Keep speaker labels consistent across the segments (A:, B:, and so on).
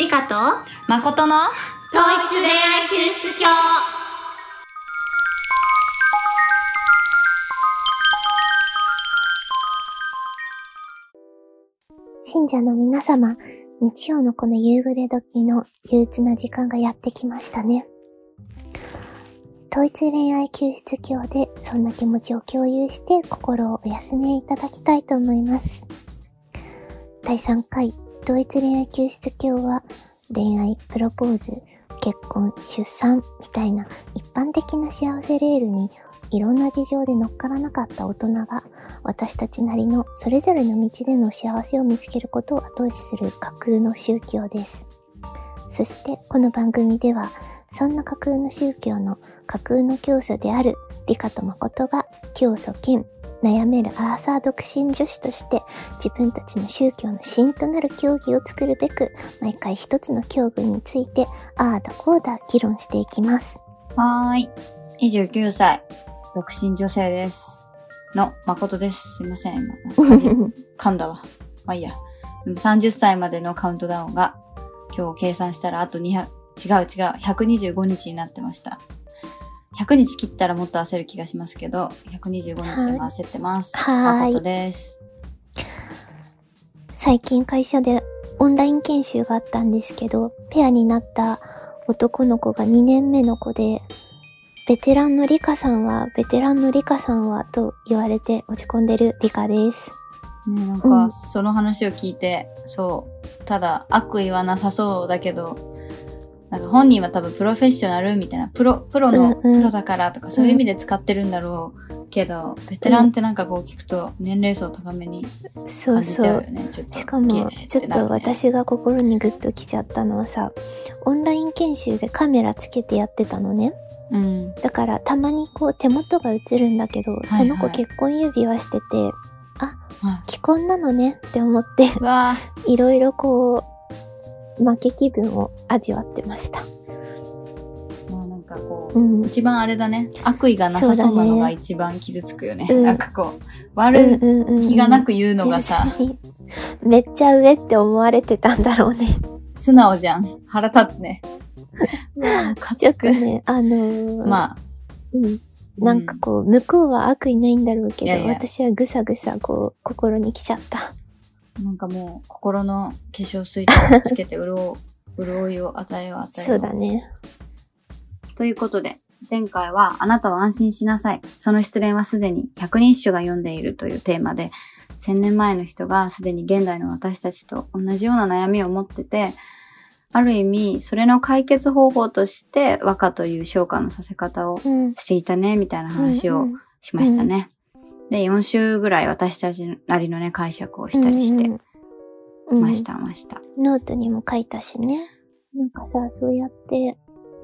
A: リカと
B: 誠の
A: 統一恋愛救出教
C: 信者の皆様、日曜のこの夕暮れ時の憂鬱な時間がやってきましたね。統一恋愛救出教でそんな気持ちを共有して心をお休みいただきたいと思います。第3回統一恋愛救出教は恋愛、プロポーズ、結婚、出産みたいな一般的な幸せレールにいろんな事情で乗っからなかった大人が私たちなりのそれぞれの道での幸せを見つけることを後押しする架空の宗教です。そしてこの番組ではそんな架空の宗教の架空の教祖である理科と誠が教祖兼悩めるアーサー独身女子として自分たちの宗教の芯となる教義を作るべく毎回一つの教具についてああだこうだ議論していきます。
B: はーい。29歳、独身女性です。の、誠です。すいません、今。 噛んだわ。まあいいや。でも30歳までのカウントダウンが、今日計算したらあと200、違う違う、125日になってました。100日切ったらもっと焦る気がしますけど、125日今焦ってます。
C: はーい
B: 誠です。
C: 最近会社でオンライン研修があったんですけど、ペアになった男の子が2年目の子で、ベテランのリカさんは、ベテランのリカさんはと言われて落ち込んでるリカです。
B: ねなん
C: う
B: か、
C: ん
B: その話を聞いて、そう、ただ、悪意はなさそうだけど、なんか本人は多分プロフェッショナルみたいな、プロ、プロの、
C: うんうん
B: プロだからとか、そういう意味で使ってるんだろうけど、ベテランってなんかこう聞くと、年齢層高めに
C: そ
B: 感
C: う
B: じち
C: そ
B: ゃ
C: う
B: うよ。ね、ちょっと。
C: しか
B: 綺
C: も
B: 麗、
C: ちょ
B: て
C: っ
B: なる
C: と
B: ね。
C: 私が心にグッときちゃったのはさ、オンライン研修でカメラつけてやってたのね。
B: うん。
C: だから、たまにこう手元が映るんだけど、
B: い
C: その子結婚指輪してて、
B: は
C: 既婚なのねって思って、
B: い。うわ
C: いろいろこう、負け気分を味わってました。
B: ぁ。もうなんかこ
C: う
B: う、
C: ん。うん
B: 一番あれだね、悪意がなさそうな
C: そ
B: の
C: うだ
B: が
C: ね
B: 一番傷つくよね。
C: うん
B: なんかこう、
C: う
B: 悪
C: んうん。
B: 気がなく言うのがさ、
C: 実際に めっちゃ上って思われてたんだろうね。
B: 素直じゃん。腹立つね。か
C: ちょ
B: つ
C: っと
B: く。
C: ね、あのー、
B: まあ、
C: うん。なんかこう、向こうは悪意ないんだろうけど、
B: いやいや
C: 私はぐさぐさこう、心に来ちゃった。
B: なんかもう、心の化粧水とかつけて、潤う、 潤いを与えよう、与えよう。
C: そうだね。
B: ということで、前回は、あなたは安心しなさい。その失恋はすでに百人一首が読んでいるというテーマで、千年前の人がすでに現代の私たちと同じような悩みを持ってて、ある意味、それの解決方法として、和歌という昇華のさせ方を
C: うん。、
B: していたね、みたいな話をしましたね。で、4週ぐらい私たちなりのね、解釈をしたりしてましたた、ました。
C: うんノートにも書いたしね。なんかさ、そうやって、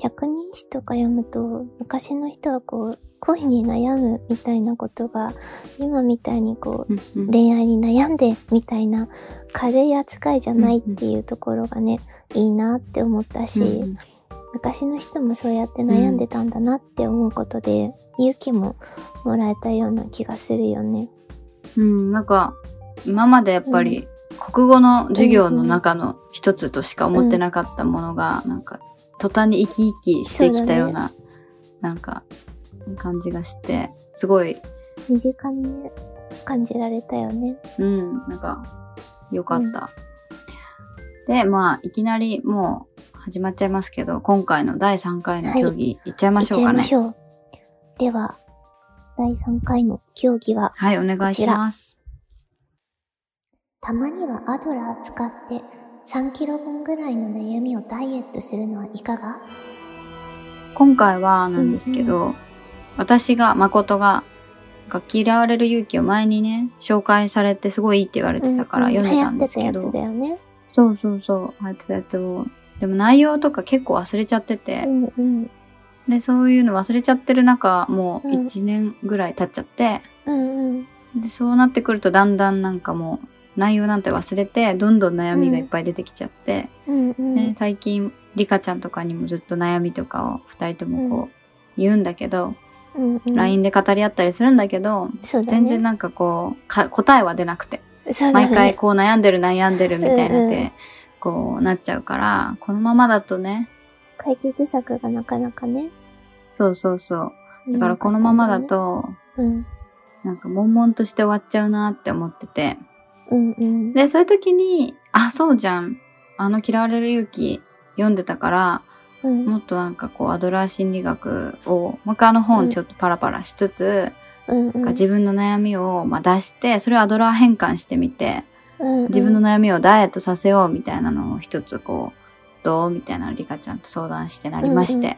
C: 百人詩とか読むと、昔の人はこう、恋に悩むみたいなことが、今みたいにこう、
B: うんうん
C: 恋愛に悩んでみたいな軽い扱いじゃないっていうところがね、いいなって思ったし、
B: うん
C: 昔の人もそうやって悩んでたんだなって思うことで、勇気ももらえたような気がするよね。
B: うん、なんか今までやっぱり国語の授業の中の一つとしか思ってなかったものが、なんか途端に生き生きしてきたようななんか感じがしてすごい、
C: 身近にね、感じられたよね。
B: うん、なんか良かった。でまあいきなりもう始まっちゃいますけど今回の第3回の競技いっちゃい
C: 行
B: ま
C: っ
B: しょ
C: ち
B: う
C: ゃ
B: か
C: い
B: ね
C: ま。しょう。では、第3回の競技は、
B: はいお願いします。
C: たまにはアドラー使って3キロ分ぐらいの悩みをダイエットするのはいかが
B: 今回はなんですけど、私が誠がなんか嫌われる勇気を前にね紹介されてすごいいいって言われてたから
C: うんうん
B: 読んでたんです
C: 流行
B: け
C: って
B: ど、
C: たやつだよね。
B: そうそうそう入ってたやつをでも内容とか結構忘れちゃって
C: う
B: て、
C: んうん。
B: でそういうの忘れちゃってる中もう
C: うん
B: 1年ぐらい経っちゃって、
C: うんうん。
B: でそうなってくるとだんだんなんかもう内容なんて忘れてどんどん悩みがいっぱい出てきちゃって、
C: うんうん。
B: ね、最近リカちゃんとかにもずっと悩みとかを2人ともこう言うんだけど、
C: うんうん、
B: LINE で語り合ったりするんだけど、
C: そうだね。
B: 全然なんかこうか答えは出なくて
C: そうだね
B: 毎回こう悩んでる悩んでるみたいなので、
C: うんうん
B: こうなっちゃうから、このままだとね、
C: 解決策がなかなかね。
B: そうそうそう。だからこのままだと、
C: 見なか
B: なんか悶々として終わっちゃうなって思ってて。
C: ったんだね、うん、うんうん。
B: で、そういう時に、あ、そうじゃん。あの嫌われる勇気読んでたから、
C: うん、
B: もっとなんかこうアドラー心理学を、もう一回あの本ちょっとパラパラしつつ、
C: うんうん、
B: 自分の悩みをまあ出して、それをアドラー変換してみて、
C: うんうん
B: 自分の悩みをダイエットさせようみたいなのを一つこう、どうみたいなのをリカちゃんと相談してなりまして。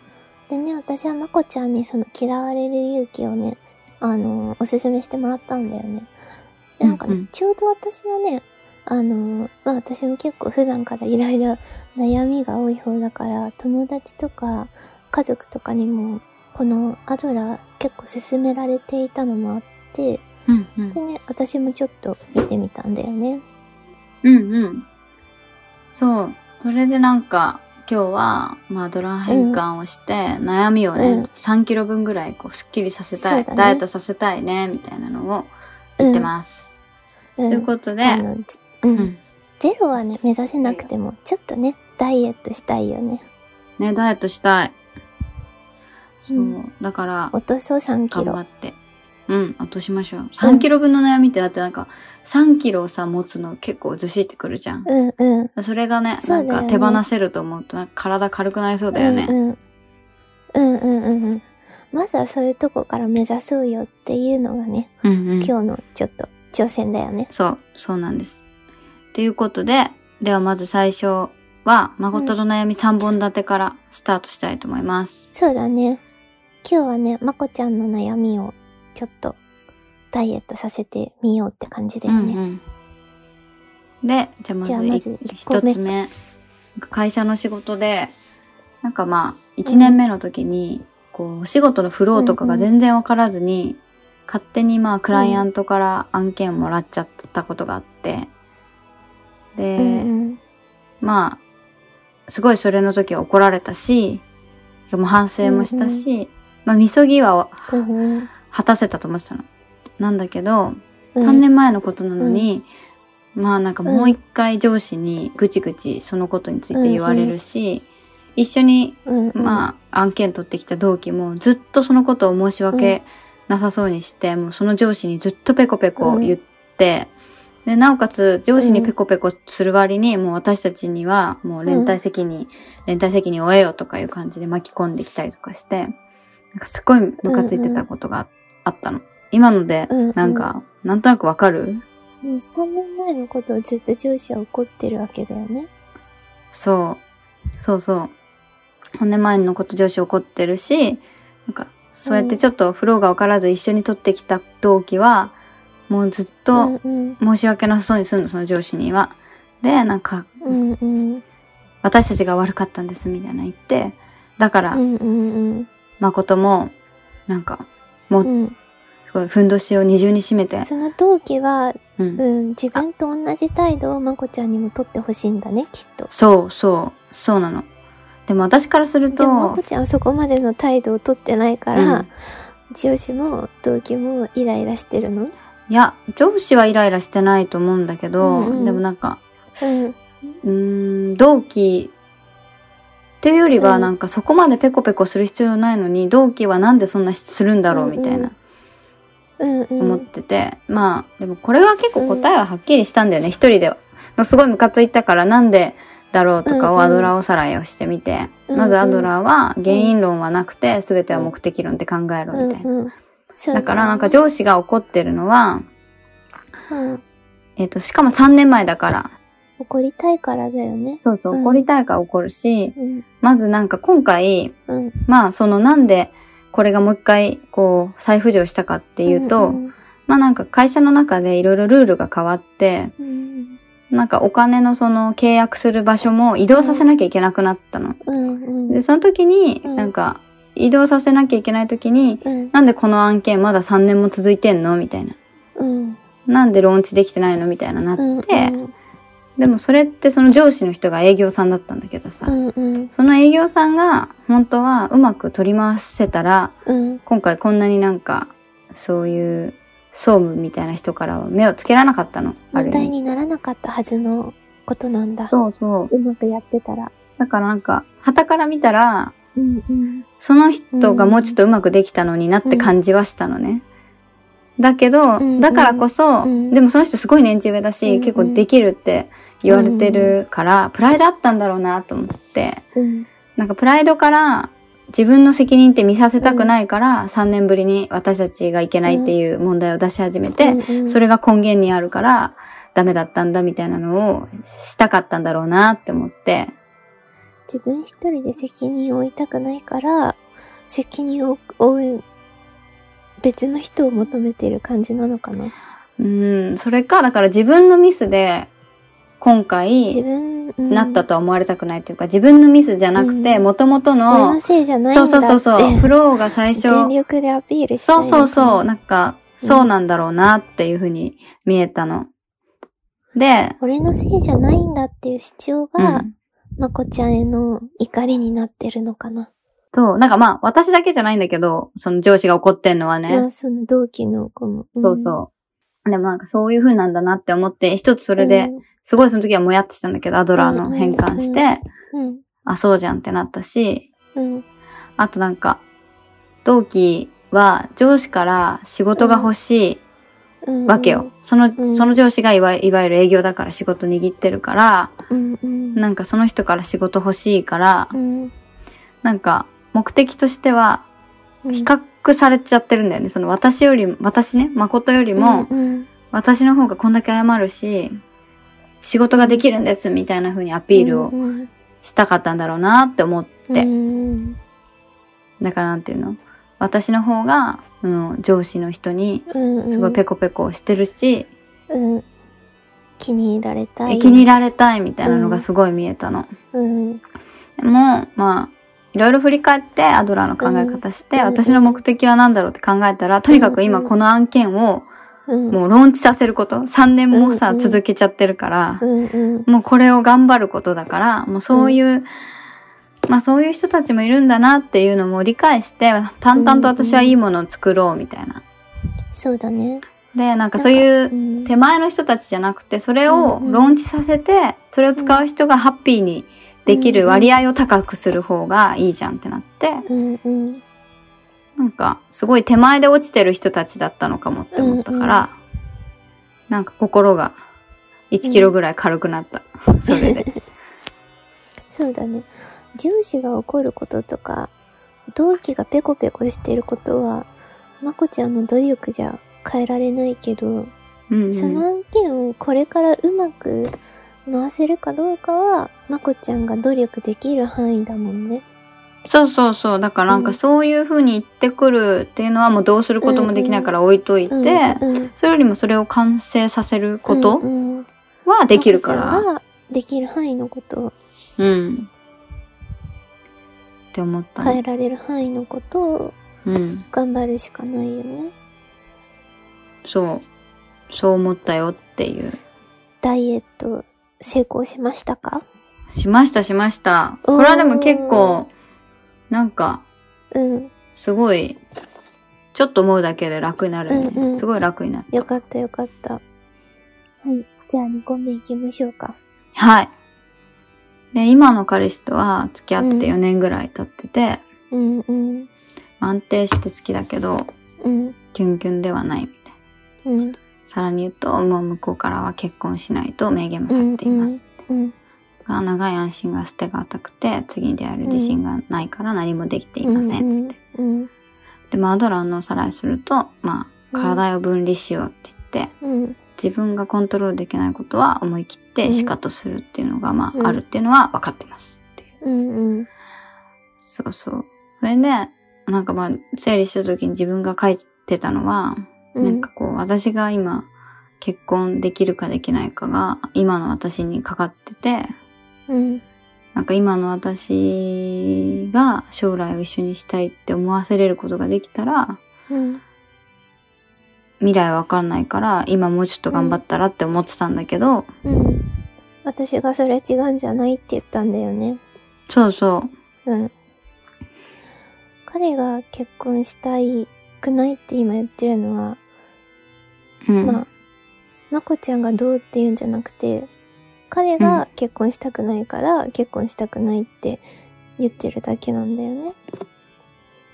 C: でね、私はまこちゃんにその嫌われる勇気をね、あのーおすすめしてもらったんだよね。でなんかね、
B: うんうん
C: ちょうど私はね、あのーまあ私も結構普段からいろいろ悩みが多い方だから、友達とか家族とかにも、このアドラー結構勧められていたのもあって、
B: うんうん。
C: でね、私もちょっと見てみたんだよね。
B: うんうん。そう。それでなんか、今日は、まあ、アドラー変換をして、悩みをね、
C: うん
B: 3キロ分ぐらい、こう、すっきりさせた
C: そう
B: い、
C: だね
B: ダイエットさせたいね、みたいなのを言ってます。
C: うん。
B: ということで、
C: あのつう。
B: うんん。
C: ゼロはね、目指せなくても、ちょっとね、ダイエットしたいよね。
B: ね、ダイエットしたい。そう。
C: うん
B: だから、
C: 落とそう3キ
B: 頑張
C: ロ。
B: って。うん、落としましょう。3キロ分の悩みって、だってなんか、3キロをさ、持つの結構ずしってくるじゃん。
C: うんうん。
B: それがね、
C: そ
B: な
C: うんだよ
B: か
C: ね
B: 手放せると思うと、なんか体軽くなりそうだよね。
C: うんうん、うんうんうんうん。まずはそういうとこから目指そうよっていうのがね、
B: うんうん
C: 今日のちょっと挑戦だよね。
B: そう、そうなんです。ということで、ではまず最初は、誠の悩み3本立てからスタートしたいと思います。
C: そうだね。今日はね、まこちゃんの悩みをちょっとダイエットさせてみようって感じだよね。
B: んうん、で、じゃあまず
C: じゃあまず
B: い
C: 一個目
B: 一つ目。会社の仕事で、なんかまあ、1年目の時に、こう、お仕事のフローとかが全然わからずに、勝手にまあ、クライアントから案件もらっちゃったことがあって、で、
C: うん
B: まあ、すごいそれの時は怒られたし、もう反省もしたし、まあ、みそぎは
C: うん。うんうん。
B: 果たせたと思ってたの。なんだけ
C: う
B: ど、
C: ん
B: 3年前のことなのに、まあなんかもう一回上司にぐちぐちそのことについて言われるし、一緒に、
C: うんうん。あ、
B: まあ、案件取ってきた同期もずっとそのことを申し訳なさそうにして、もうその上司にずっとペコペコ言って、で、なおかつ上司にペコペコする割に、もう私たちにはもう連帯責任、連帯責任を得よとかいう感じで巻き込んできたりとかして、なんかすごいムカついてたことがああったの。今ので
C: うんうん、
B: なんか、なんとなくわかる
C: 3年前のことをずっと上司は怒ってるわけだよね。
B: そう。そうそう。骨前のこと上司怒ってるし、なんか、そうやってちょっとフローが分からず一緒に取ってきた同期は、もうずっと
C: うん
B: 申し訳なさそうにするの、その上司には。で、なんか、
C: うん。うんうん。
B: 私たちが悪かったんです、みたいな言って、だか
C: う
B: ら、
C: んうんうん。
B: 誠も、なんか、
C: うん。
B: すごい、ふんどしを二重に締めて、
C: その同期は、
B: うん。
C: うん、自分と同じ態度をまこちゃんにも取ってほしいんだね、きっと。
B: そう、そう、そうなの。でも私からすると、
C: でも、まこちゃんはそこまでの態度を取ってないか
B: う
C: ら
B: ん、
C: 上司も同期もイライラしてるの
B: いや、上司はイライラしてないと思うんだけど、
C: うんうん
B: でもなんか、
C: うん。
B: うーん、同期っていうより
C: う
B: は
C: ん
B: なんかそこまでペコペコする必要ないのに、同期はなんでそんなしするんだろうみたいな
C: うんうん。
B: 思ってて、まあでもこれは結構答えははっきりしたんだよね、一人では。すごいムカついたからなんでだろうとか
C: うんう
B: を
C: ん
B: アドラーおさらいをしてみて、
C: うんうん
B: まずアドラーは原因論はなくて全ては目的論って考えろみたいな。
C: うんうん。そう
B: だからなんか、上司が怒ってるのは、
C: うん。
B: えっ、と、しかも3年前だから、
C: 怒りたいからだよね。
B: そうそうう、
C: ん
B: 怒りたいから怒るし、
C: うん。
B: まずなんか今回、
C: うん。
B: まあそのなんでこれがもう一回こう再浮上したかっていうと、
C: ん
B: まあなんか会社の中でいろいろルールが変わって、
C: うん。
B: なんかお金のその契約する場所も移動させなきゃいけなくなったの。
C: うんうん。
B: で、その時に、
C: うん
B: なんか移動させなきゃいけない時に、
C: うん。
B: なんでこの案件まだ3年も続いてんのみたいな。
C: うん。
B: なんでローンチできてないのみたいななって、
C: うん。
B: でもそれってその上司の人が営業さんだったんだけどさ、
C: うんうん。
B: その営業さんが本当はうまく取り回せたら、
C: うん。
B: 今回こんなになんかそういう総務みたいな人からは目をつけられなかったの。ある
C: 問題
B: 意味
C: にならなかったはずのことなんだ。
B: そうそう。
C: うまくやってたら。
B: だからなんか、旗から見たら、
C: うんうん。
B: その人がもうちょっとうまくできたのになって感じはしたのね。だけど、
C: うん
B: だからこそ、
C: うん
B: でもその人すごい年中上だし、
C: うん
B: 結構できるって言われてるから、プライドあったんだろうなと思って、
C: うん。
B: なんかプライドから自分の責任って見させたくないから、3年ぶりに私たちがいけないっていう問題を出し始めて、
C: うんうん
B: それが根源にあるから、ダメだったんだみたいなのをしたかったんだろうなって思って、
C: 自分一人で責任を負いたくないから、責任を負う別の人を求めてる感じなのかな。
B: うん、それか、だから自分のミスで、今
C: 自
B: 回、
C: 分、うん
B: なったとは思われたくないというか、自分のミスじゃなくて、
C: うん
B: もともと
C: 俺
B: の
C: の、せいじゃないん
B: そ
C: だ
B: う
C: って。
B: そうそうそう、フローが最 初、
C: 全力でアピールしたい
B: そう
C: のか
B: そう
C: な
B: そう、なんか、
C: うん
B: そうなんだろうなっていうふうに見えたの。で、
C: 俺のせいじゃないんだっていう主張
B: う
C: が、
B: ん
C: まこちゃんへの怒りになってるのかな。
B: そう、なんかまあ、私だけじゃないんだけど、その上司が怒ってんのはね、
C: まあ、その同期の子も。ん
B: そうそう。でもなんかそういう風なんだなって思って、一つそれで、、すごいその時はもやってしたんだけど、アドラーの変換して、
C: うん、
B: あ、そうじゃんってなったし、
C: うん、
B: あとなんか、同期は上司から仕事が欲し
C: うん。
B: いわけよ。その、
C: うん
B: その上司がいわいわゆる営業だから仕事握ってるから、
C: うん。うん、
B: なんかその人から仕事欲しいから、
C: うん、
B: なんか目的としては
C: うん。
B: 比較されちゃってるんだよね。その私よりも、私ね、誠よりも、
C: うんうん
B: 私の方がこんだけ謝るし、仕事ができるんですみたいな風にアピールを
C: うん
B: したかったんだろうなって思って、
C: うんうん
B: だからなんていうの私の方が、うん、上司の人に
C: うんうん
B: すごいペコペコしてるし、
C: うん気に入られたい
B: 気に入られたいみたいなのがすごい見えたの。
C: うん
B: でも、まあ、いろいろ振り返ってアドラーの考え方して、
C: うんうん
B: 私の目的は何だろうって考えたら、とにかく今この案件を
C: うん
B: もうローンチさせること、3年もさ、
C: うんうん
B: 続けちゃってるから、
C: うんうん
B: もうこれを頑張ることだから、もうそういう、まあそういう人たちもいるんだなっていうのも理解して、淡々と私はいいものを作ろうみたいな。
C: そうだね
B: で、なんかそういう
C: うん
B: 手前の人たちじゃなくて、それを
C: うんうん
B: ローンチさせて、それを使う人がハッピーにできる割合を高くする方がいいじゃんってなって、
C: うんうん
B: なんかすごい手前で落ちてる人たちだったのかもって思ったから、なんか心が1キロぐらい軽くなった。それで。
C: そうだね上司が怒ることとか同期がペコペコしてることはまこちゃんの努力じゃ変えられないけど、
B: うんうん
C: その案件をこれからうまく回せるかどうかはまこちゃんが努力できる範囲だもんね
B: そうそうそう。だからなん
C: う
B: か
C: ん
B: そういう風に言ってくるっていうのはもうどうすることもできないから置いといて、
C: うんうん
B: それよりもそれを完成させること
C: うんうん
B: はできるから。
C: まこちゃんはできる範囲のことを
B: うん。って思った
C: 変
B: ね。
C: えられる範囲のことを
B: うん。
C: 頑張るしかないよね。
B: そう。そう思ったよっていう。
C: ダイエット成功しましたか
B: しましたしました。
C: おー
B: これはでも結構、なんか、
C: うん。
B: すごい、ちょっと思うだけで楽になるね。
C: うんうん
B: すごい楽になる。
C: よかったよかった。はい。じゃあ2個目行きましょうか。
B: はい。で、今の彼氏とは付き合って4年ぐらい経ってて、
C: うんうん。
B: 安定して好きだけど、
C: うん。
B: キュンキュンではないみたいな。
C: うん。
B: さらに言うと、もう向こうからは結婚しないと明言もされています。
C: うん。
B: が長い安心が捨てがたくて、次に出会える自信がないから何もできていません。
C: うんうん。
B: で、まあ、アドラーのおさらいすると、まあ、
C: うん
B: 体を分離しようって言って、
C: うん。
B: 自分がコントロールできないことは思い切って仕方するっていうのが、ま
C: うん
B: あ、あるっていうのは分かってますっていう。
C: うん。うん。
B: そうそう。それで、なんかまあ、整理した時に自分が書いてたのは、
C: うん。
B: なんかこう、私が今、結婚できるかできないかが、今の私にかかってて、
C: うん。
B: なんか今の私が将来を一緒にしたいって思わせれることができたら、
C: うん。
B: 未来わかんないから、今もうちょっと頑張ったらって思ってたんだけど、
C: うん。私がそれ違うんじゃないって言ったんだよね。
B: そうそう。
C: うん。彼が結婚したいくないって今言ってるのは、
B: うん。
C: まあ、まこちゃんがどうっていうんじゃなくて、彼が結婚したくないから、結婚したくないって言ってるだけなんだよね。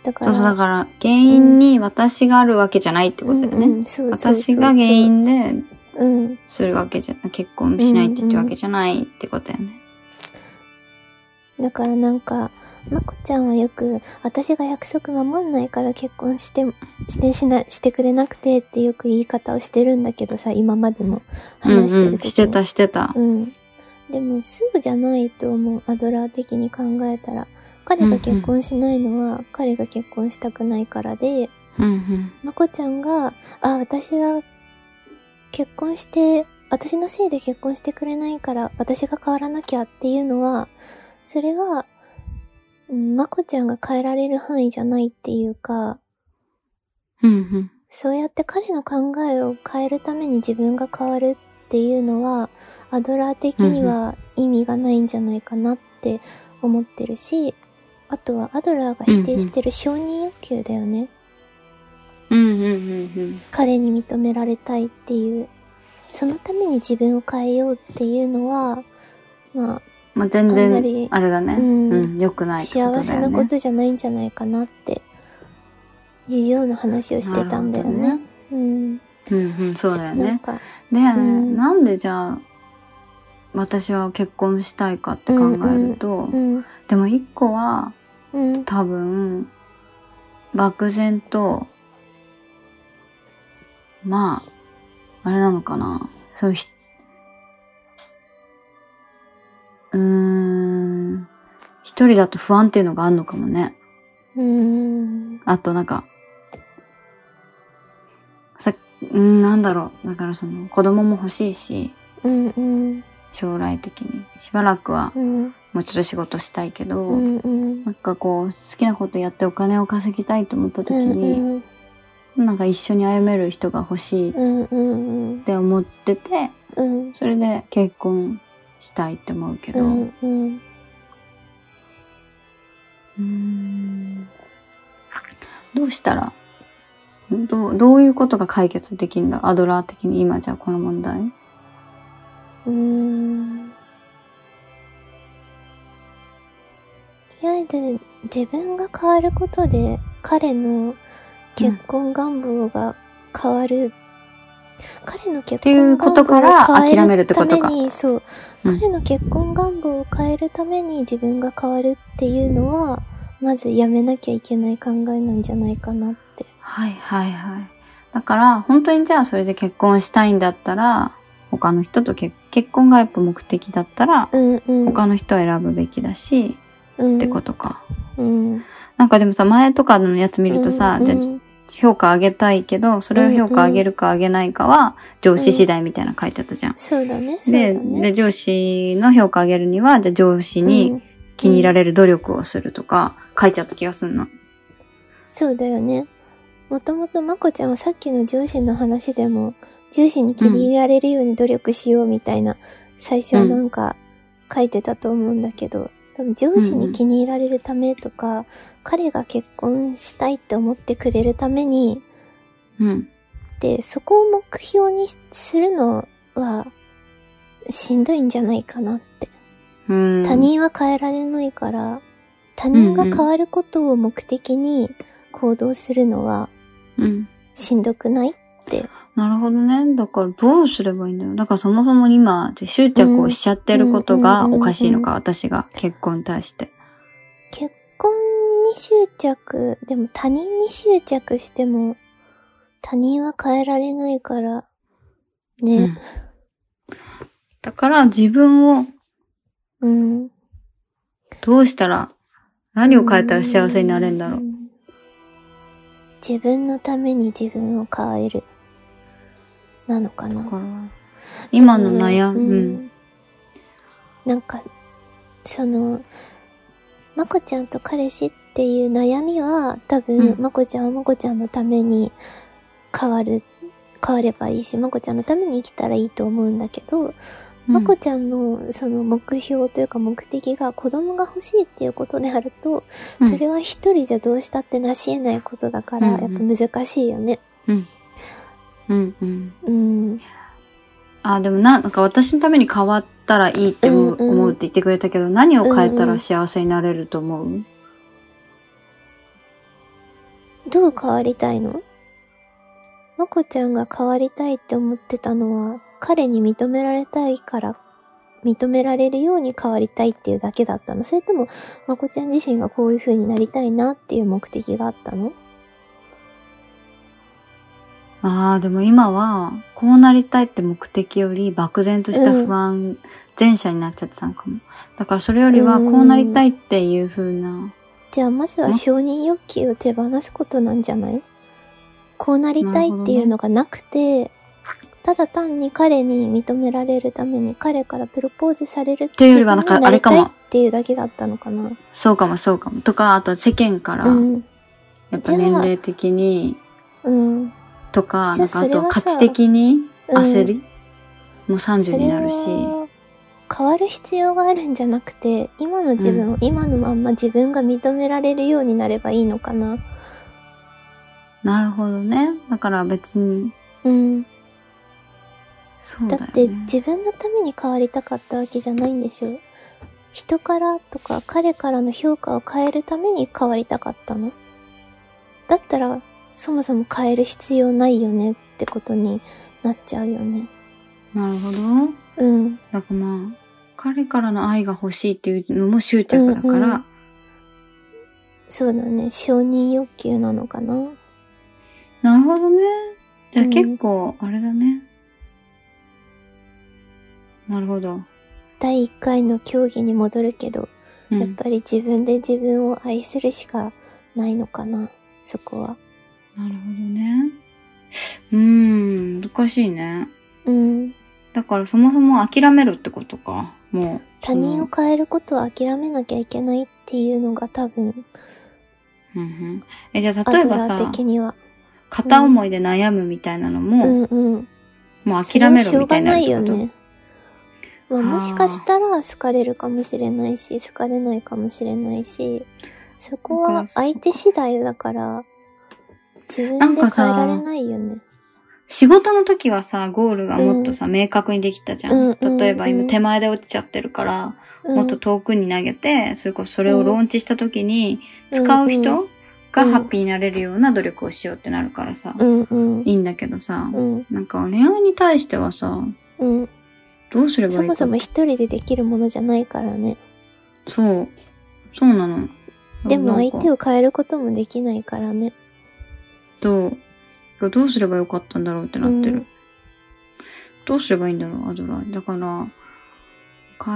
C: だか
B: そ
C: ら、
B: うそう、だから、原因に私があるわけじゃないってことだよね。
C: うんうん、そうそうそうそう
B: 私が原。因で
C: うん。
B: するわけじゃ、結婚しないって言ってるわけじゃないってことだよね。
C: だからなんか、まこちゃんはよく、私が約束守んないから結婚して、してしな、してくれなくてってよく言い方をしてるんだけどさ、今までも話して
B: うんう
C: る
B: ん、
C: 時に。
B: してたしてた。
C: うん。でも、そうじゃないと思う。アドラー的に考えたら。彼が結婚しないのは、彼が結婚したくないからで、
B: うんうん。
C: まこちゃんが、あ、私が結婚して、私のせいで結婚してくれないから、私が変わらなきゃっていうのは、それは、うんまこちゃんが変えられる範囲じゃないっていうか、
B: うんうん。
C: そうやって彼の考えを変えるために自分が変わるっていうのは、アドラー的には意味がないんじゃないかなって思ってるし、あとはアドラーが否定してる承認欲求だよね。
B: うんうんうん
C: 彼に認められたいっていう。そのために自分を変えようっていうのは、ま
B: まあ、全
C: あんま
B: 然
C: り、
B: あれだね。
C: う
B: うんん、良く
C: あ、
B: ないってこと
C: 幸
B: だ
C: せ
B: よね。
C: なことじゃないんじゃないかなって、いうような話をしてたんだよ
B: なる
C: ね。うん。
B: うんうん、そうだ
C: な
B: よ
C: ん
B: ね。
C: か、
B: で、
C: ん
B: なんでじゃあ、私は結婚したいかって考える
C: う
B: と、
C: ん、
B: でも一個は、
C: うん、
B: 多分、漠然と、まあ、あれなのかな。そういうひ、うーん、一人だと不安っていうのがあるのかもね。
C: うん。
B: あとなんか、さ、うん、なんだろう。だからその、子供も欲しいし、
C: うんうん
B: 将来的に。しばらくは
C: う、ん
B: もうちょっと仕事したいけど、
C: うんうん
B: なんかこう、好きなことやってお金を稼ぎたいと思った時
C: うん
B: に、なんか一緒に歩める人が欲しいっ
C: うんうん
B: て思ってて、
C: うん
B: それで結婚したいって思うけど、う
C: うん
B: ーんどうしたら、どう、どういうことが解決できるんだろうアドラー的に今じゃあこの問題
C: うんとりあえず自分が変わることで彼の結婚願望が変わる、彼の結婚願望
B: っていうことから
C: を変え
B: 諦めるってことか
C: ためにそう、
B: うん
C: 彼の結婚願望を変えるために自分が変わるっていうのはまずやめなきゃいけない考えなんじゃないかなって
B: はいはいはい。だから、本当にじゃあそれで結婚したいんだったら、他の人と結結婚がやっぱ目的だったら、
C: うんうん
B: 他の人を選ぶべきだし、
C: っ
B: ってことか。
C: と。うん。
B: なんかでもさ、前とかのやつ見るとさ、
C: うん
B: じゃあ評価上げたいけど、それを評価上げるか上げないかは上司次第みたいなの書いてあったじゃん。
C: そうだね、そうだ
B: で
C: ね。
B: で、上司の評価上げるには、じゃあ上司
C: う
B: に
C: ん
B: 気に入られる努力をするとか書いてあった気がするの。
C: そうだよね。もともとまこちゃんはさっきの上司の話でも、上司に気に入られるように努力しようみたいな、最初はなんか書いてたと思うんだけど、多分上司に気に入られるためとか、彼が結婚したいって思ってくれるために、
B: うん。
C: で、そこを目標にするのは、しんどいんじゃないかなって。
B: うん。
C: 他人は変えられないから、他人が変わることを目的に行動するのは
B: うん。
C: しんどくない
B: なるほどね。だからどうすればいいんだよ。だからそもそも今、じゃあ執着をしちゃってることがおかしいのか、私が結婚に対して。
C: 結婚に執着、でも他人に執着しても、他人は変えられないから、ね。
B: だから自分を
C: うん。
B: どうしたら、何を変えたら幸せになれるんだろう。
C: 自分のために自分を変える。なのかな。
B: 今の悩み、
C: うん
B: うん、
C: なんか、その、まこちゃんと彼氏っていう悩みは、多分、
B: うん
C: まこちゃんはまこちゃんのために変わる、変わればいいし、まこちゃんのために生きたらいいと思うんだけど、まこちゃんのその目標というか目的が子供が欲しいっていうことであると、
B: うん
C: それは一人じゃどうしたって成し得ないことだから、
B: うんうん
C: やっぱ難しいよね。
B: うんうん
C: うん。
B: あ、でもな、なんか私のために変わったらいいって思
C: うん
B: う,、
C: うん
B: 思うって言ってくれたけど、何を変えた
C: うんう
B: ら
C: ん
B: 幸せになれると思う、
C: どう変わりたいのまこちゃんが変わりたいって思ってたのは、彼に認められたいから、認められるように変わりたいっていうだけだったのそれとも、まこちゃん自身がこういう風になりたいなっていう目的があったの
B: ああ、でも今は、こうなりたいって目的より漠然とした不安、前者になっちゃってたのかも。だからそれよりは、
C: う
B: こ
C: ん
B: うなりたいっていう風な、
C: じゃあまずは
B: ん
C: 承認欲求を手放すことなんじゃないこうなりたいっていうのがなくて、ただ単に彼に認められるために彼からプロポーズされるって
B: いうよりはなんかあれかも
C: っていうだけだったのかな。
B: そうかもそうかも。とか、あとは世間から、
C: うん。
B: やっぱ年齢的に、
C: うん。
B: とか、
C: じゃ
B: な
C: あ
B: んかあ
C: それ
B: と
C: はさ
B: 価値的に
C: うん
B: 焦り、もう30になるし
C: それ。は変わる必要があるんじゃなくて、今の自分を、今のまんま自分が認められるようになればいいのかな。
B: なるほどね。だから別に、
C: うん。
B: そうだ
C: だ
B: よね。
C: って自分のために変わりたかったわけじゃないんでしょ人からとか彼からの評価を変えるために変わりたかったのだったらそもそも変える必要ないよねってことになっちゃうよね。
B: なるほど。
C: うん。
B: だからまあ、彼からの愛が欲しいっていうのも執着だから、
C: うんうんそうだね。承認欲求なのかな。
B: なるほどね。じゃあ
C: うん
B: 結構、あれだね。なるほど。
C: 第1回の競技に戻るけど、
B: う
C: やっ
B: ん。
C: ぱり自分で自分を愛するしかないのかな。そこは。
B: なるほどね。うーん、難しいね。
C: うん。
B: だからそもそも諦めるってことか。もう。
C: 他人を変えることは諦めなきゃいけないっていうのが多分、
B: うんうん、え、じゃあ
C: ア
B: 例え
C: ド
B: ば
C: ラー
B: さ、
C: 的には。
B: 片思いで悩むみたいなのも、
C: うんうん。
B: もう諦めろみた
C: それは
B: いになるって
C: しょうがないよ
B: こと、
C: ね。まあ、
B: あー
C: もしかしたら好かれるかもしれないし、好かれないかもしれないし、そこ
B: なん
C: は
B: かそ
C: 相手次第だから、自
B: な
C: 分
B: ん
C: で
B: かさ
C: 変えられないよね。
B: 仕事の時はさ、ゴールがもっとさ、明確にできたじゃん。
C: うんうん
B: 例えば
C: う
B: 今
C: ん
B: 手前で落ちちゃってるから、
C: うん
B: もっと遠くに投げて、それこそそれをローンチした時に、
C: うん
B: 使う人が
C: うん
B: ハッピーになれるような努力をしようってなるからさ、
C: うんうん。
B: いいんだけどさ、
C: うん
B: なんか恋愛に対してはさ、
C: うん。
B: どうすればいい
C: そ
B: か
C: もそも一人でできるものじゃないからね。
B: そう。そうなの。
C: でも相手
B: を。
C: を変えることもできないからね。
B: そうどうすればよかったんだろうってなってる。
C: うん
B: どうすればいいんだろう、アドラー。だから、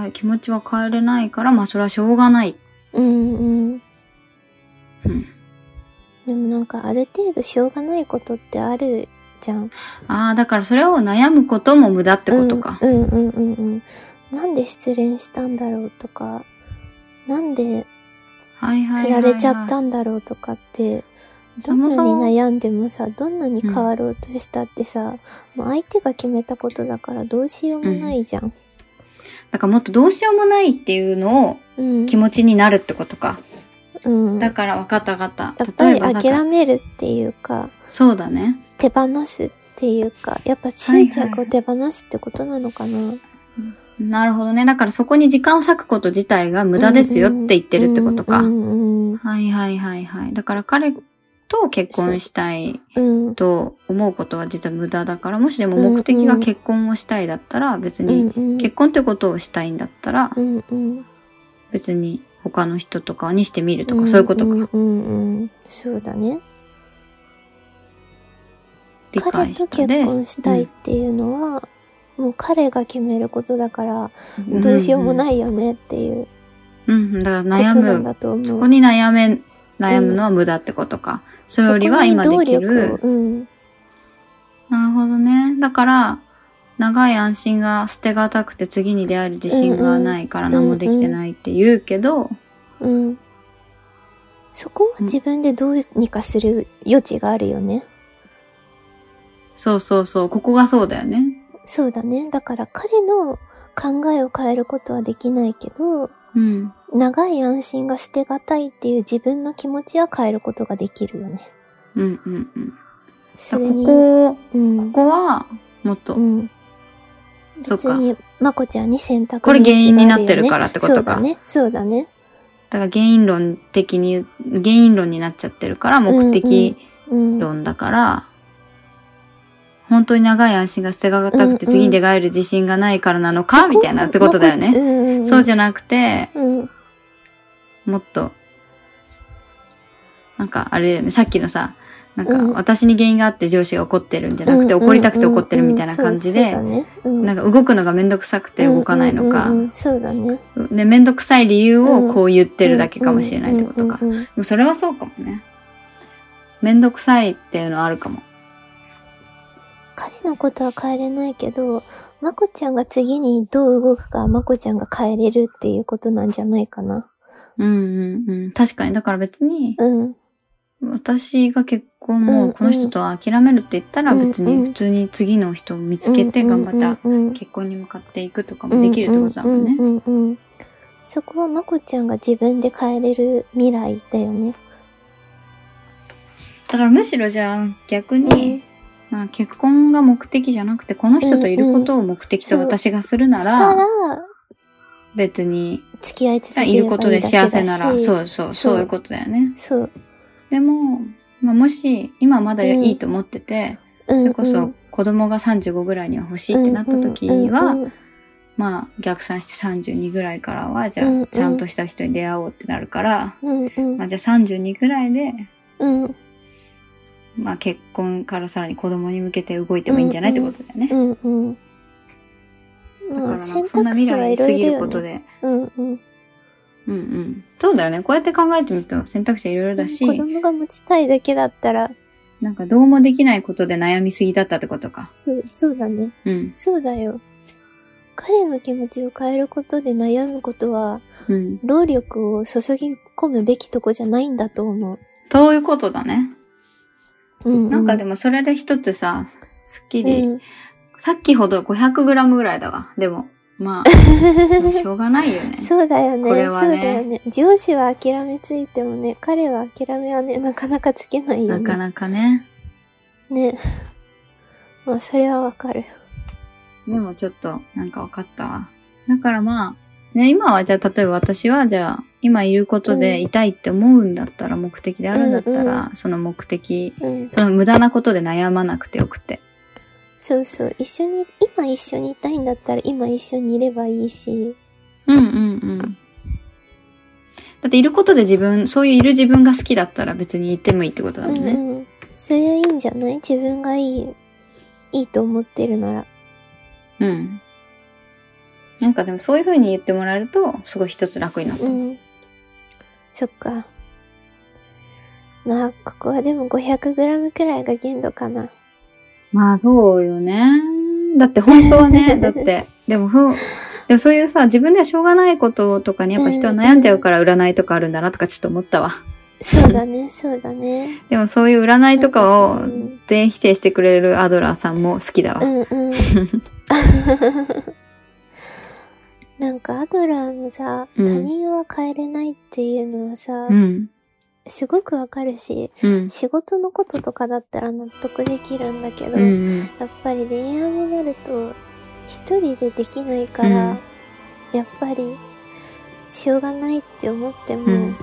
B: 変え気持ちは変えれないから、まあそれはしょうがない。
C: うんうん。
B: うん
C: でもなんかある程度しょうがないことってあるじゃん。
B: ああ、だからそれを悩むことも無駄ってことか。
C: うん、うんうんうんうん。なんで失恋したんだろうとか、なんで
B: はいはいは
C: 振
B: い、は
C: ら
B: い。
C: れちゃったんだろうとかって、どんなに
B: そもそも
C: 悩んでもさ、どんなに変わろうとしたってさ、もう相手が決めたことだからどうしようもないじゃん。
B: だからもっとどうしようもないっていうのを
C: うん。
B: 気持ちになるってことか。
C: うん。
B: だ
C: や
B: から分かった分かった。
C: っぱり
B: 例えば
C: 諦めるっていうか、
B: そうだね。
C: 手放すっていうか、やっぱ執着を手放すってことなのかな。
B: なるほどね。だからそこに時間を割くこと自体が無駄ですよって言ってるってことか。
C: うんうんうん
B: はいはいはいはい。だから彼と結婚したい
C: うん。
B: と思うことは実は無駄だから、もしでも目的が結婚をしたいだったら、別
C: うん
B: に
C: うん
B: 結婚ってことをしたいんだったら
C: う、んうん。
B: 別に他の人とかにしてみるとか、そういうこと
C: う
B: か。
C: んうんうん。そうだね。
B: 理
C: 彼と
B: 解した
C: 結
B: で。
C: 婚したいっていうのは、もう彼が決めることだから、どうしようも
B: い。
C: ないよねっていう
B: うん、うんだか
C: こ
B: ら
C: と
B: 悩
C: なん
B: む。
C: だと思う。
B: そこに悩め、悩むのは無駄ってことか。それよりは今でき
C: そこ
B: る。
C: に動力をうん。
B: なるほどね。だから、長い安心が捨てがたくて次に出会える自信がないから何もできてないって言うけど、
C: うん。そこは自分でどうにかする余地があるよね。
B: そうそうそう、ここがそうだよね。
C: そうだね。だから彼の考えを変えることはできないけど、
B: うん。
C: 長い安心が捨てがたいっていう自分の気持ちは変えることができるよね。
B: うんうんうん。
C: そ
B: だ
C: れ
B: からこ
C: に、
B: こを、
C: う
B: こ
C: ん。
B: こは、もっと
C: うん。
B: そっ
C: 別
B: か。だ
C: に、まこちゃんに選択
B: これ
C: の余地
B: 原因になって
C: があよ
B: る
C: ね
B: からってことか
C: そうだね。そうだね。
B: から原因論的に、原因論になっちゃってるから、目的
C: うん。
B: 論だから、本当に長い安心が捨てがたくて
C: うんうん
B: 次に出がえる自信がないからなのか、
C: そこ
B: みたいなってことだよ
C: まこ
B: ね。
C: うんうん。
B: そうじゃなくて、
C: うん。
B: もっと、なんかあれだよね、さっきのさ、なん
C: う
B: か
C: ん
B: 私に原因があって上司が怒ってるんじゃなくて、
C: うん
B: 怒りたくて怒ってるみたいな感じで、
C: うんうんうんそうそうだね。
B: な
C: なん
B: か動くのがめんどくさくて動かないのか、
C: そうだね。
B: で、めんどくさい理由をこう言って
C: て
B: るだけかもしれないってことか。で。もそれはそうかもね。めんどくさいっていうのはあるかも。
C: 彼のことは変えれないけど、まこちゃんが次にどう動くかはまこちゃんが変えれるっていうことなんじゃないかな。
B: うんうんうん。確かに、だから別に、
C: うん。
B: 私が結婚
C: うんう
B: も
C: ん
B: この人とは諦めるって言ったら別
C: うんう
B: に
C: ん
B: 普通に次の人を見つけて頑張った結婚に向かっていくとかもできるってことだもんね
C: う。んうんうんうんそこはまこちゃんが自分で変えれる未来だよね。
B: だからむしろじゃあ逆に、まあ結婚が目的じゃなくてこの人といることを目的と私がするな
C: したら
B: ら、別に
C: 付き合い続ければ
B: い
C: いいだ
B: る
C: けだし
B: ことで幸せなら、
C: そう。
B: そうそう、
C: そう
B: そういうことだよね。
C: そう。
B: でも、まあ、もし今まだ
C: うん
B: いいと思ってて、
C: うん、
B: それこそ子供が35ぐらいには欲しいってなった時は、まあ逆算して32ぐらいからは、じゃ
C: うんうん
B: あちゃんとした人に出会おうってなるから、
C: うんうん
B: まあじゃあ32ぐらいで、
C: うんうん
B: まあ結婚からさらに子供に向けて動いてもいいんじゃないってことだよね。
C: うんうん。
B: だから
C: ま
B: ま
C: あ
B: あ
C: 選
B: そんな
C: 択
B: 未
C: 肢
B: 来
C: はい
B: に
C: ろ
B: 過
C: い
B: ぎ
C: ろ
B: る
C: よ
B: こと
C: ね。
B: で。
C: うんうん。
B: うんうん。そうだよね。こうやって考えてみると選択肢はいろいろだし
C: 子、供が持ちたいだけだったら、
B: なんかどうもできないことで悩みすぎだったってことか。
C: そう、そうだね。
B: うん。
C: そうだよ。彼の気持ちを変えることで悩むことは、
B: うん。
C: 労力を注ぎ込むべきとこじゃないんだと思
B: そういうことだね。
C: う。うん、うん。
B: なんかで
C: も、
B: もそれで一つさ、すっきり、さっきほど 500g ぐらいだわ。でも、 まあ、しょうがないよね。
C: そうだよね
B: これはね
C: そうだよね。上司は諦めついてもね、彼は諦めはね、なかなかつけないよ
B: な
C: ね。
B: かなかね。
C: ね。まあ、それはわかる。
B: でもちょっと、なんか分かったわ。だからまあ、ね、今はじゃあ、例えば私はじゃあ、今いること
C: う
B: で
C: ん
B: 痛いって思うんだったら、目的であるんだったら、その目的、
C: うん。
B: その無駄なことで悩まなくてよくて。
C: そうそう。一緒に、今一緒にいたいんだったら、今一緒にいればいいし。
B: うんうんうん。だっていることで自分、そういういる自分が好きだったら別にいてもいいってことだもんね。
C: うんうん、それはいいんじゃない自分がいい、いいと思ってるなら。
B: うん。なんかでもそういう風に言ってもらえると、すごい一つ楽になった。
C: うん。そっか。まあ、ここはでも 500g くらいが限度かな。
B: まあそうよね。だって本当は ね、だって。でもふん、でもそういうさ、自分ではしょうがないこととかにやっぱ人は悩んじゃうから占いとかあるんだなとかちょっと思ったわ。
C: そうだ ね、そうだね。
B: でもそういう占いとかを
C: なんかそう
B: 全否定してくれるアドラーさんも好きだわ
C: う。んうん。 なんかアドラーのさ、他
B: うん
C: 人は変えれないっていうのはさ、
B: うん。
C: すごくわかるし、
B: うん。
C: 仕事のこととかだったら納得できるんだけど、
B: うんうん。
C: やっぱり恋愛になると、一人でできないから、
B: うん
C: やっぱり、しょうがないって思っても、
B: うん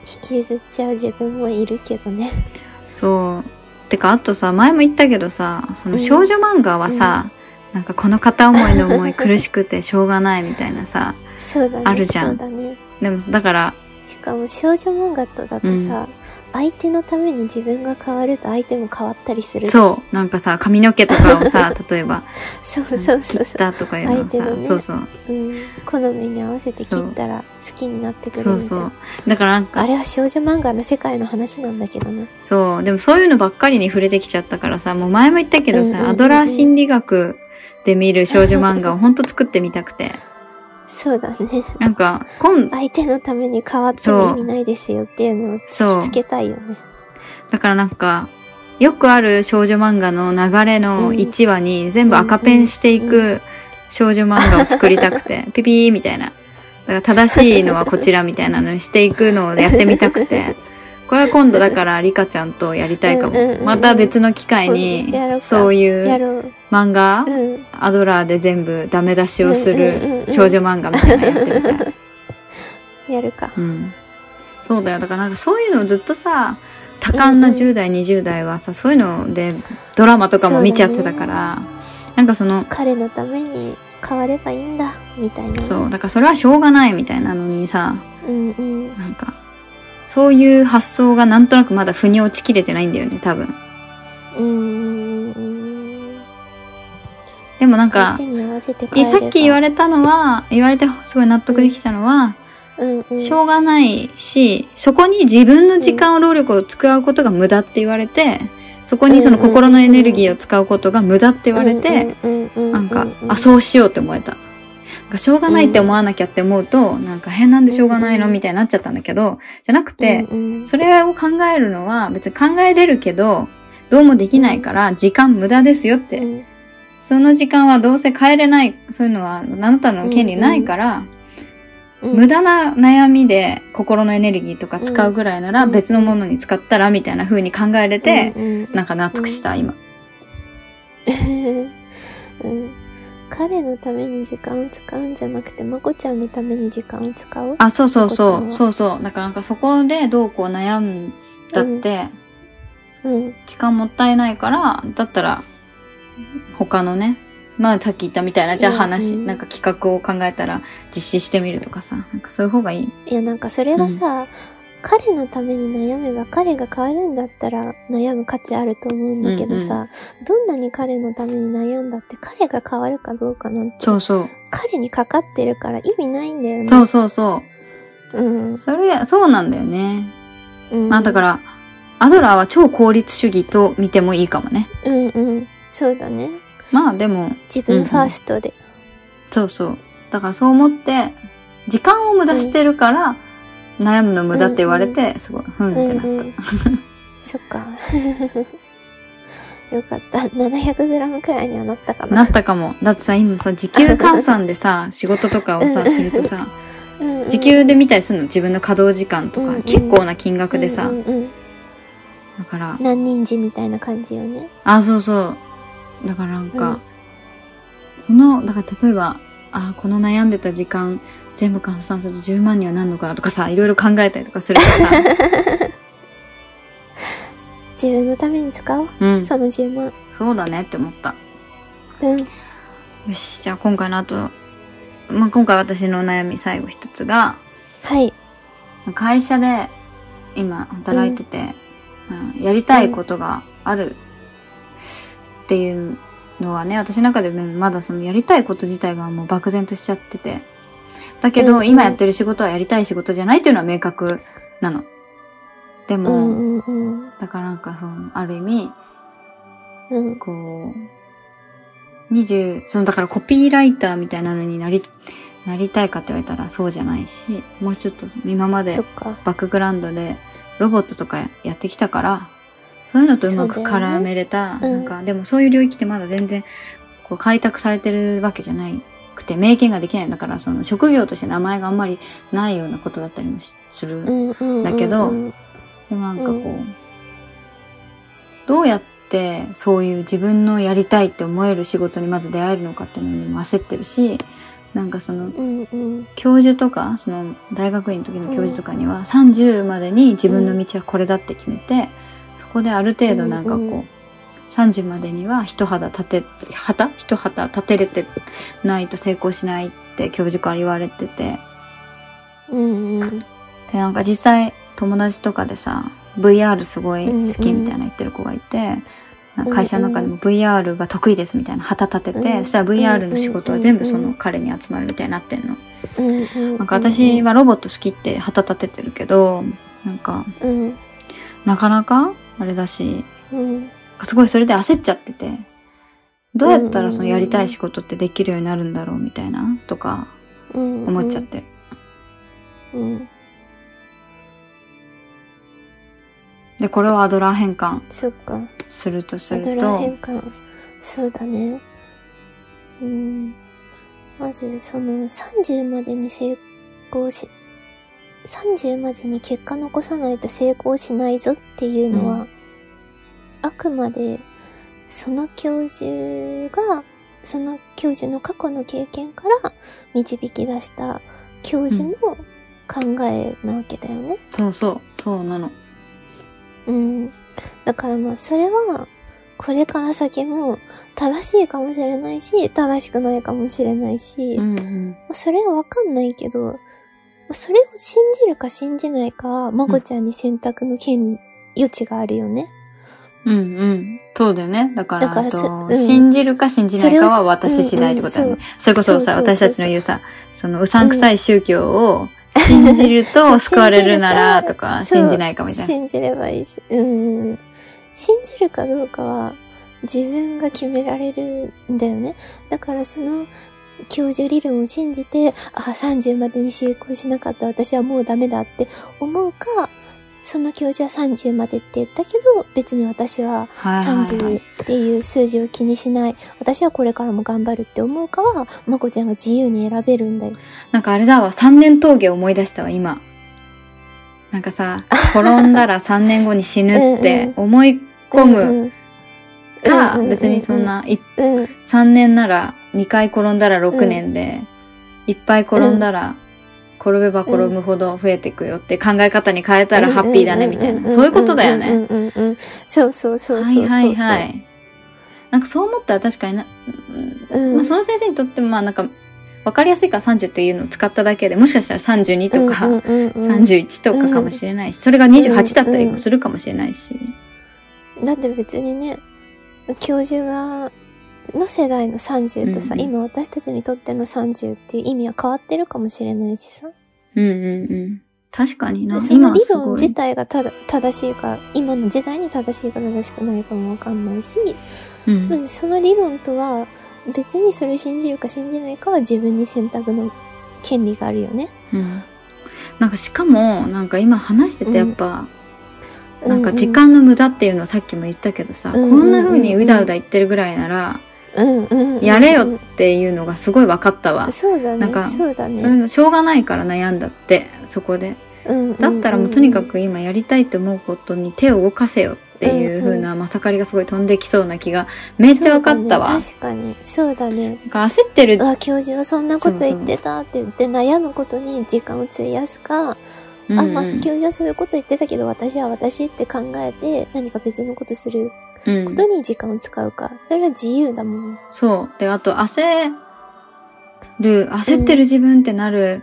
C: 引きずっちゃう自分もいるけどね。
B: そう。てか、あとさ、前も言ったけどさ、その少女漫画はさ、なんかこの片思いの思い苦しくて しょうがないみたいなさ。
C: そうだね。
B: あるじゃん
C: そうだね。
B: でも、だから、
C: しかも少女漫画とだとさ、相手のために自分が変わると相手も変わったりするじゃん。
B: そう、なんかさ、髪の毛とかを さ、例えば、
C: そうそうそう
B: 切
C: そ
B: ったとかいうのを
C: 相手の
B: さ、
C: ね
B: そうそう、
C: う、うん。好みに合わせて切ったら好きになってく
B: そ
C: る
B: う
C: みた
B: そ
C: いな
B: う。。だからなん
C: あ
B: か、
C: れは少女漫画の世界の話なんだけどね。
B: そう、でもそういうのばっかりに触れてきちゃったからさ、もう前も言ったけ
C: う
B: ど
C: んうんうんう
B: さ、
C: ん
B: アドラー心理学で見る少女漫画をほんと作ってみたくて、
C: そう だね。
B: なんか、今、
C: 相手のために変わっても意味ないですよっていうのを突きつけたいよね。
B: だからなんか、よくある少女漫画の流れの1話に全部赤ペンしてい
C: うん
B: く少女漫画を作りた くて、ピピーみたいな。だから正しいのはこちらみたいなのにしていくのをやってみたくて、これは今度だから、リカちゃんとやりたいかも
C: うんうんうんう。ん
B: また別の機会
C: うん
B: に
C: やろう、か
B: そうい
C: や
B: う
C: ろう。
B: 漫画
C: う、ん。
B: アドラーで全部ダメ出しをす
C: うんうんうんうん
B: る少女漫画みたいなのやってみたい。
C: やるか。
B: うん、そうだよだからなんかそういうのをずっとさ多感な
C: うんうん
B: 10代、20代はさそういうのでドラマとかも見ちゃってたから、なんかその
C: 彼のために変わればいいんだ、みたいな。
B: そうだからそれはしょうがないみたいなのにさ
C: うんうん。
B: なんかそういう発想がなんとなくまだ腑に落ちきれてないんだよね多分
C: うんうんうん。
B: でもなんか
C: 相手に合わせて変
B: え
C: えれば
B: さっき言われたのは言われてすごい納得できたのは、
C: うんうん。
B: しょうがないしそこに自分の時間を労力を使うことが無駄って言われてそこにその心のエネルギーを使うことが無駄って言われて、
C: うんうんうう
B: なんか、あそうしようって思えた。なんかしょうがないって思わなきゃって思うと、なんか変なんでしょうがないのみたいになっちゃったんだけどじゃなくて、
C: うんうん
B: それを考えるのは別に考えれるけどどうもできないから時間無駄ですよって、
C: うん
B: その時間はどうせ変えれないそういうのはあなたの権利ないから、
C: うん
B: 無駄な悩みで心のエネルギーとか使うぐらいなら
C: うん
B: 別のものに使ったらみたいな風に考えれて、
C: うんうん
B: なんか納得した今。
C: うん彼のために時間を使うんじゃなくて、まこちゃんのために時間を使おう。
B: あ、そうそう
C: こ
B: そ
C: っち
B: う、
C: は
B: そうそう。だからなんかそこでどうこう悩んだって、
C: うん。
B: 時間もったいないから、だったら他のね、まあさっき言ったみたいな、じゃあ話、
C: うんうん
B: なんか企画を考えたら実施してみるとかさ、なんかそういう方がいい。
C: いや、なんかそれがさ、彼のために悩めば彼が変わるんだったら悩む価値あると思うんだけどさ、どんなに彼のために悩んだって彼が変わるかどうかなんて、
B: そうそう。
C: 彼にかかってるから意味ないんだよね。
B: そうそうそうう。
C: ん。
B: それ、そうなんだよね。
C: うん、
B: まあだから、アドラーは超効率主義と見てもいいかもね。
C: うんうん。そうだね。
B: まあでも、
C: 自分ファーストで。
B: そうそう。だからそう思って、時間を無駄してるから、悩むの無駄って言われて、すごい、ふんっ
C: うん
B: て
C: うん。
B: なっ
C: そっか。 よかった。700g くらいにはなったか
B: た。な
C: な
B: っ。たかも。だってさ、今さ、時給換算でさ、仕事とかを
C: う
B: さ、
C: ん
B: するとさ、
C: うんうん
B: 時給で見たりするの自分の稼働時間と
C: うんう
B: か、
C: ん
B: 結構な金額でさ
C: う、んうんうん
B: だから、
C: 何人時みたいな感じよね。
B: あ、そうそう。だからなんか、その、だから例えば、あ、この悩んでた時間、全部換算すると10万にはなんのかなとかさ、いろいろ考えたりとかするとさ、
C: 自分のために使おう。
B: うん、
C: その10万。
B: そうだねって思った。
C: うん。
B: よし、じゃあ今回の後、まあ、今回私の悩み最後一つが、
C: はい。
B: 会社で今働いてて、うんやりたいことがあるっていうのはね、私の中でまだそのやりたいこと自体がもう漠然としちゃってて。だけ
C: うんう
B: ど、
C: ん
B: 今やってる仕事はやりたい仕事じゃないっていうのは明確なの。で
C: う
B: も、
C: んうんうん。
B: だからなんかその、ある意味、
C: うん。
B: こう、20、そのだからコピーライターみたいなのになり、なりたいかって言われたらそうじゃないし、もうちょっと今まで
C: そっか。
B: バックグラウンドでロボットとかやってきたから、そういうのとうまく
C: そうだよね
B: 絡めれた、
C: うん
B: なんか、でもそういう領域ってまだ全然、こう開拓されてるわけじゃないくて、名言ができない。だから、その職業として名前があんまりないようなことだったりもしす
C: う
B: る。
C: んうんうんうん。
B: だけどでもなんかこう、どうやってそういう自分のやりたいって思える仕事にまず出会えるのかっていうのにも焦ってるし、なんかその、
C: うんうん。
B: 教授とか、その大学院の時の教授とかには、30までに自分の道はこれだって決めて、そこである程度なんかこう、
C: うんうん
B: 30までには一肌立て、旗一旗立てれてないと成功しないって教授から言われてて、
C: うんうん。
B: でなんか実際友達とかでさ VR すごい好きみたいな言ってる子がいて、なんか会社の中でも VR が得意ですみたいな旗立てて、
C: うん
B: そしたら VR の仕事は全部その彼に集まるみたいになってんの。
C: うんうん。
B: なんか私はロボット好きって旗立ててるけどなんか
C: うん
B: なかなかあれだし
C: うん。
B: すごいそれで焦っちゃっててどうやったらそのやりた
C: うんうんうん
B: い仕事ってできるようになるんだろうみたいなとか
C: うん。
B: 思っちゃってる。
C: うん。
B: でこれをアドラー変換
C: そっか。
B: するとす
C: ア
B: ると。
C: ドラー変換そうだねうんまずその30までに成功し30までに結果残さないと成功しないぞっていうのは、
B: う
C: あくまでその教授が、その教授の過去の経験から導き出した教授の考えなわけだよね。
B: そうそう、そうなの。
C: うん。だからまあ、それは、これから先も正しいかもしれないし、正しくないかもしれないし、
B: うんうん。
C: それはわかんないけど、それを信じるか信じないか、まこちゃんに選択の権、余地があるよね。
B: うんうん。そうだよね。だから、
C: だからそ
B: あと
C: うん
B: 信じるか信じないか
C: それ
B: は
C: を
B: 私次第ってことだよね。
C: うんう
B: それこそさ
C: そうそうそうそう
B: 私たちの言うさ、そのうさんくさい宗教を信じる
C: そ
B: と
C: う
B: 救われるな
C: 信
B: ら
C: じ
B: と
C: る
B: か、
C: そう
B: 信じないかみたいな。
C: 信じればいいし、うん。信じるかどうかは自分が決められるんだよね。だからその教授理論を信じて、あ、30までに成功しなかった私はもうダメだって思うか、その教授は30までって言ったけど、別に私は
B: はいはいはい
C: 30っていう数字を気にしない。私はこれからも頑張るって思うかは、まこちゃんが自由に選べるんだよ。
B: なんかあれだわ、三年峠思い出したわ、今。なんか さ、転んだら3年後に死ぬっ
C: うん
B: て
C: うん
B: 思い込
C: うん
B: む
C: うん
B: か、
C: うんうんうんうん
B: 別にそんな、い
C: うん。
B: 3年なら2回転んだら6年で、いっぱい転んだら、転べば転ぶほど増えていくよって考え方に変えたらハッピーだねみたいな、そういうことだよね。
C: うんうんうんうん。そうそうそう
B: は
C: そ
B: い
C: そう。
B: うはいはい。なんかそう思ったら確かにな、
C: うん
B: まあ、その先生にとってもまあなんか、わかりやすいから30っていうのを使っただけで、もしかしたら32とか、
C: 30
B: 31とかかもしれないし、それが28だったりもするかもしれないし。
C: だって別にね教授がの世代の30とさ、
B: うんうん
C: 今私たちにとっての30っていう意味は変わってるかもしれないしさ
B: うんうんうん。確かにな。
C: その
B: 今
C: 理
B: す
C: 論
B: ご
C: 自
B: い。
C: 体がただ正しいか今の時代に正しいか正しくないかもわかんないし、
B: うん
C: まずその理論とは別にそれを信じるか信じないかは自分に選択の権利があるよね。
B: うんなんかしかも、なんか今話しててやっぱ、
C: う
B: なんか時間の無駄っていうのをさっきも言ったけどさ、
C: うんうん
B: こんな風にうだうだ言ってるぐらいなら、
C: うんうんうん
B: やれよっていうのがすごい分かったわ。
C: そうだ
B: な
C: ね
B: んか
C: そうだね
B: そういうのしょうがないから悩んだって、そこで。だ
C: だ
B: ったらもうとにかく今やりたいと思うことに手を動かせよっていう風なまさかりがすごい飛んできそうな気がめっちゃ分かったわ。
C: そうだね確かにそうだね
B: なんか焦ってる
C: うわ教授はそんなこと言ってたって言って悩むことに時間を費やすか、あまあ教授はそういうこと言ってたけど私は私って考えて何か別のことする
B: うん
C: ことに時間を使うか、それは自由だもん
B: そう。で、あと、焦る、焦ってる自分ってなる。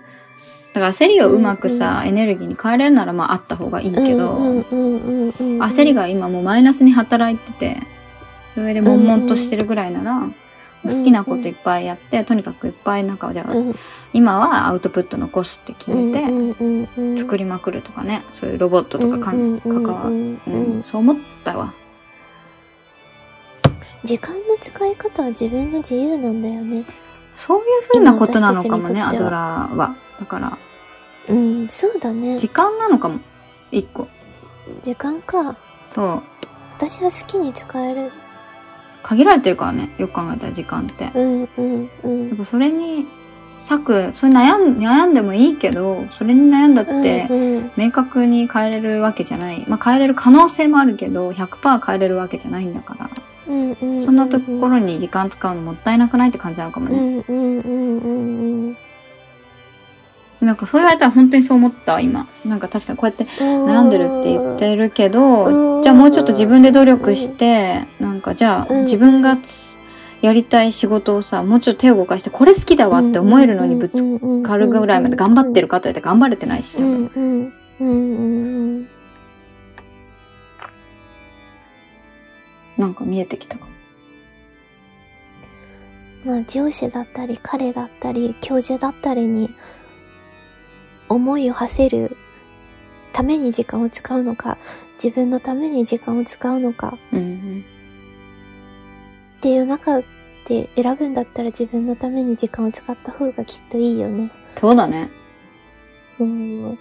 B: だから焦りをうまくさ、エネルギーに変えれるならまああった方がいいけど、
C: うんうんうんうんうん、
B: 焦りが今もうマイナスに働いてて、それで悶々としてるぐらいなら、好きなこといっぱいやって、とにかくいっぱいなんか、じゃあ、
C: うん
B: 今はアウトプット残すって決めて、作
C: る
B: りまくるとかね、そういうロボットとかかん、関わ
C: うんう
B: うん
C: うん
B: ん、そう思ったわ。
C: 時間の使い方は自分の自由なんだよね
B: そういうふうなことなのかも
C: 今私たち
B: ね、ア
C: にとっては
B: ドラーは。だから、
C: うんそうだね
B: 時間なのかも。一個。
C: 時間か
B: そう。
C: 私は好きに使える
B: 限られてるからね、よく考えたら時間って。や
C: うんうんうん
B: っぱそれに、割く、それ悩ん悩んでもいいけど、それに悩んだって
C: う、んうん
B: 明確に変えれるわけじゃない。まあ変えれる可能性もあるけど、100%変えれるわけじゃないんだから。
C: うんうんうん
B: そんなところに時間使うのもったいなくないって感じなのかも
C: う
B: ね。
C: んうんうんうんうん
B: なんかそう言われたら本当にそう思ったわ、今。なんか確かにこうやって悩んでるって言ってるけ
C: う
B: ど、
C: ん
B: じゃあもうちょっと自分で努力して、なんかじゃあ
C: うん
B: 自分がやりたい仕事をさ、もうちょっと手を動かして、これ好きだわって思えるのにぶつかるぐらいまで頑張ってるかと言って頑張れてないし、多
C: う
B: 分
C: んうんうんうんうん
B: なんか見えてきたかも。
C: まあ上司だったり彼だったり教授だったりに思いを馳せるために時間を使うのか自分のために時間を使うのか
B: うん
C: っていう中で選ぶんだったら自分のために時間を使った方がきっといいよね。
B: そうだね。
C: うん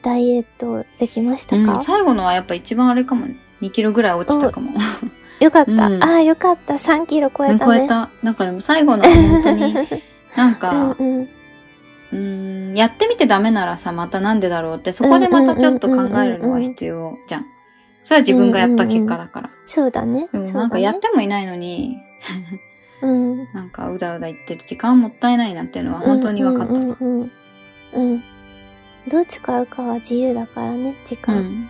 C: ダイエットできました
B: うん
C: か、
B: 最後のはやっぱ一番あれかもね。2キロぐらい落ちたかも。
C: よかった。
B: うん
C: ああ、よかった。3キロ超えた
B: 超
C: ね。
B: えた。なんかでも最後のは本当に、なんか、
C: うんうん。
D: うーん、やってみてダメならさ、またなんでだろうって、そこでまたちょっと考えるのは必要じゃん。それは自分がやった結果だから。
C: そうだね。
D: でも
C: そ
D: な
C: うん
D: か
C: だ
D: や
C: ね
D: っ。てもいないのに、
C: うん。
D: なんかうだうだ言ってる時間もったいないなっていうのは本当に分かった。
C: うんうんうんうん。うんどう使うかは自由だからね、時
D: う
C: 間。
D: ん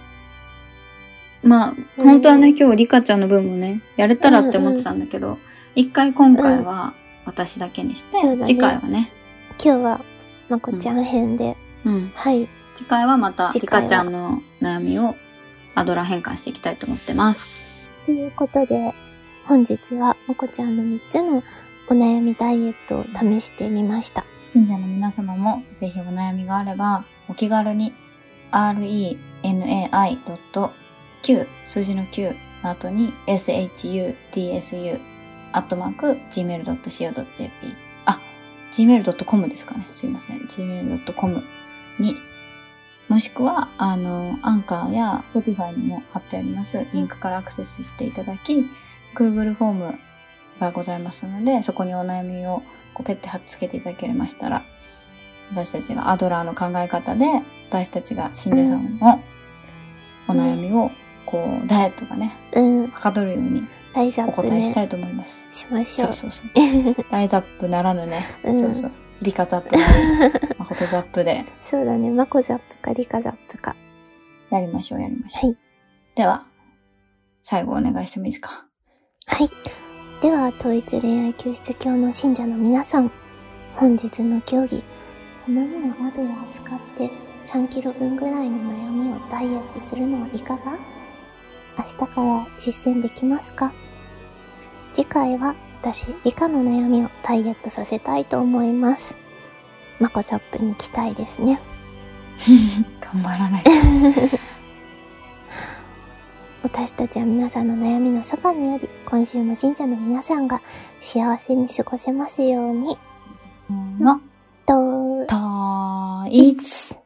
D: まあ、
C: うん
D: 本当はね、今日リカちゃんの分もね、やれたらって思ってたんだけど、一、回今回は私だけにして、
C: そうだね
D: 次回はね、
C: 今日は、まこちゃん編で。
D: うん、
C: はい。
D: 次回はまたリ
C: 次回は
D: カちゃんの悩みをアドラ変換していきたいと思ってます。
C: ということで、本日はまこちゃんの3つのお悩みダイエットを試してみました。
B: 信者の皆様もぜひお悩みがあればお気軽に renai.q 数字の9の後に shutsu アットマーク gmail.co.jp あ、gmail.com ですかね。すいません。gmail.com にもしくは、あの、アンカーや Spotify にも貼ってあります。リンクからアクセスしていただき、Google フォームがございますので、そこにお悩みをこうペッて貼っつけていただけましたら、私たちがアドラーの考え方で、私たちが信者さんのお悩みを、こう、ダイエットがね、
C: うん。
B: はかどるように
C: ライズア
B: お
C: ップ
B: 答えし
C: ね。
B: たいと思います。
C: しましょ
B: そうう。そうそう。ライズアップならぬね。
C: うん
B: そうそう。リカザッ プならぬ、マホトザップで
C: そうだね。まこザップかリカザップか。
B: やりましょう、やりましょう。
C: はい
B: では、最後お願いしてもいいですか。
C: はい。では、統一恋愛救出教の信者の皆さん、本日の競技、このようなアドを使って3キロ分ぐらいの悩みをダイエットするのはいかが明日から実践できますか次回は私、理科の悩みをダイエットさせたいと思います。マコチャップに期待ですね。
B: 頑張らないと。
C: 私たちは皆さんの悩みのそばにあり、今週も信者の皆さんが幸せに過ごせますように、
B: の、
C: と、
B: と、いつ。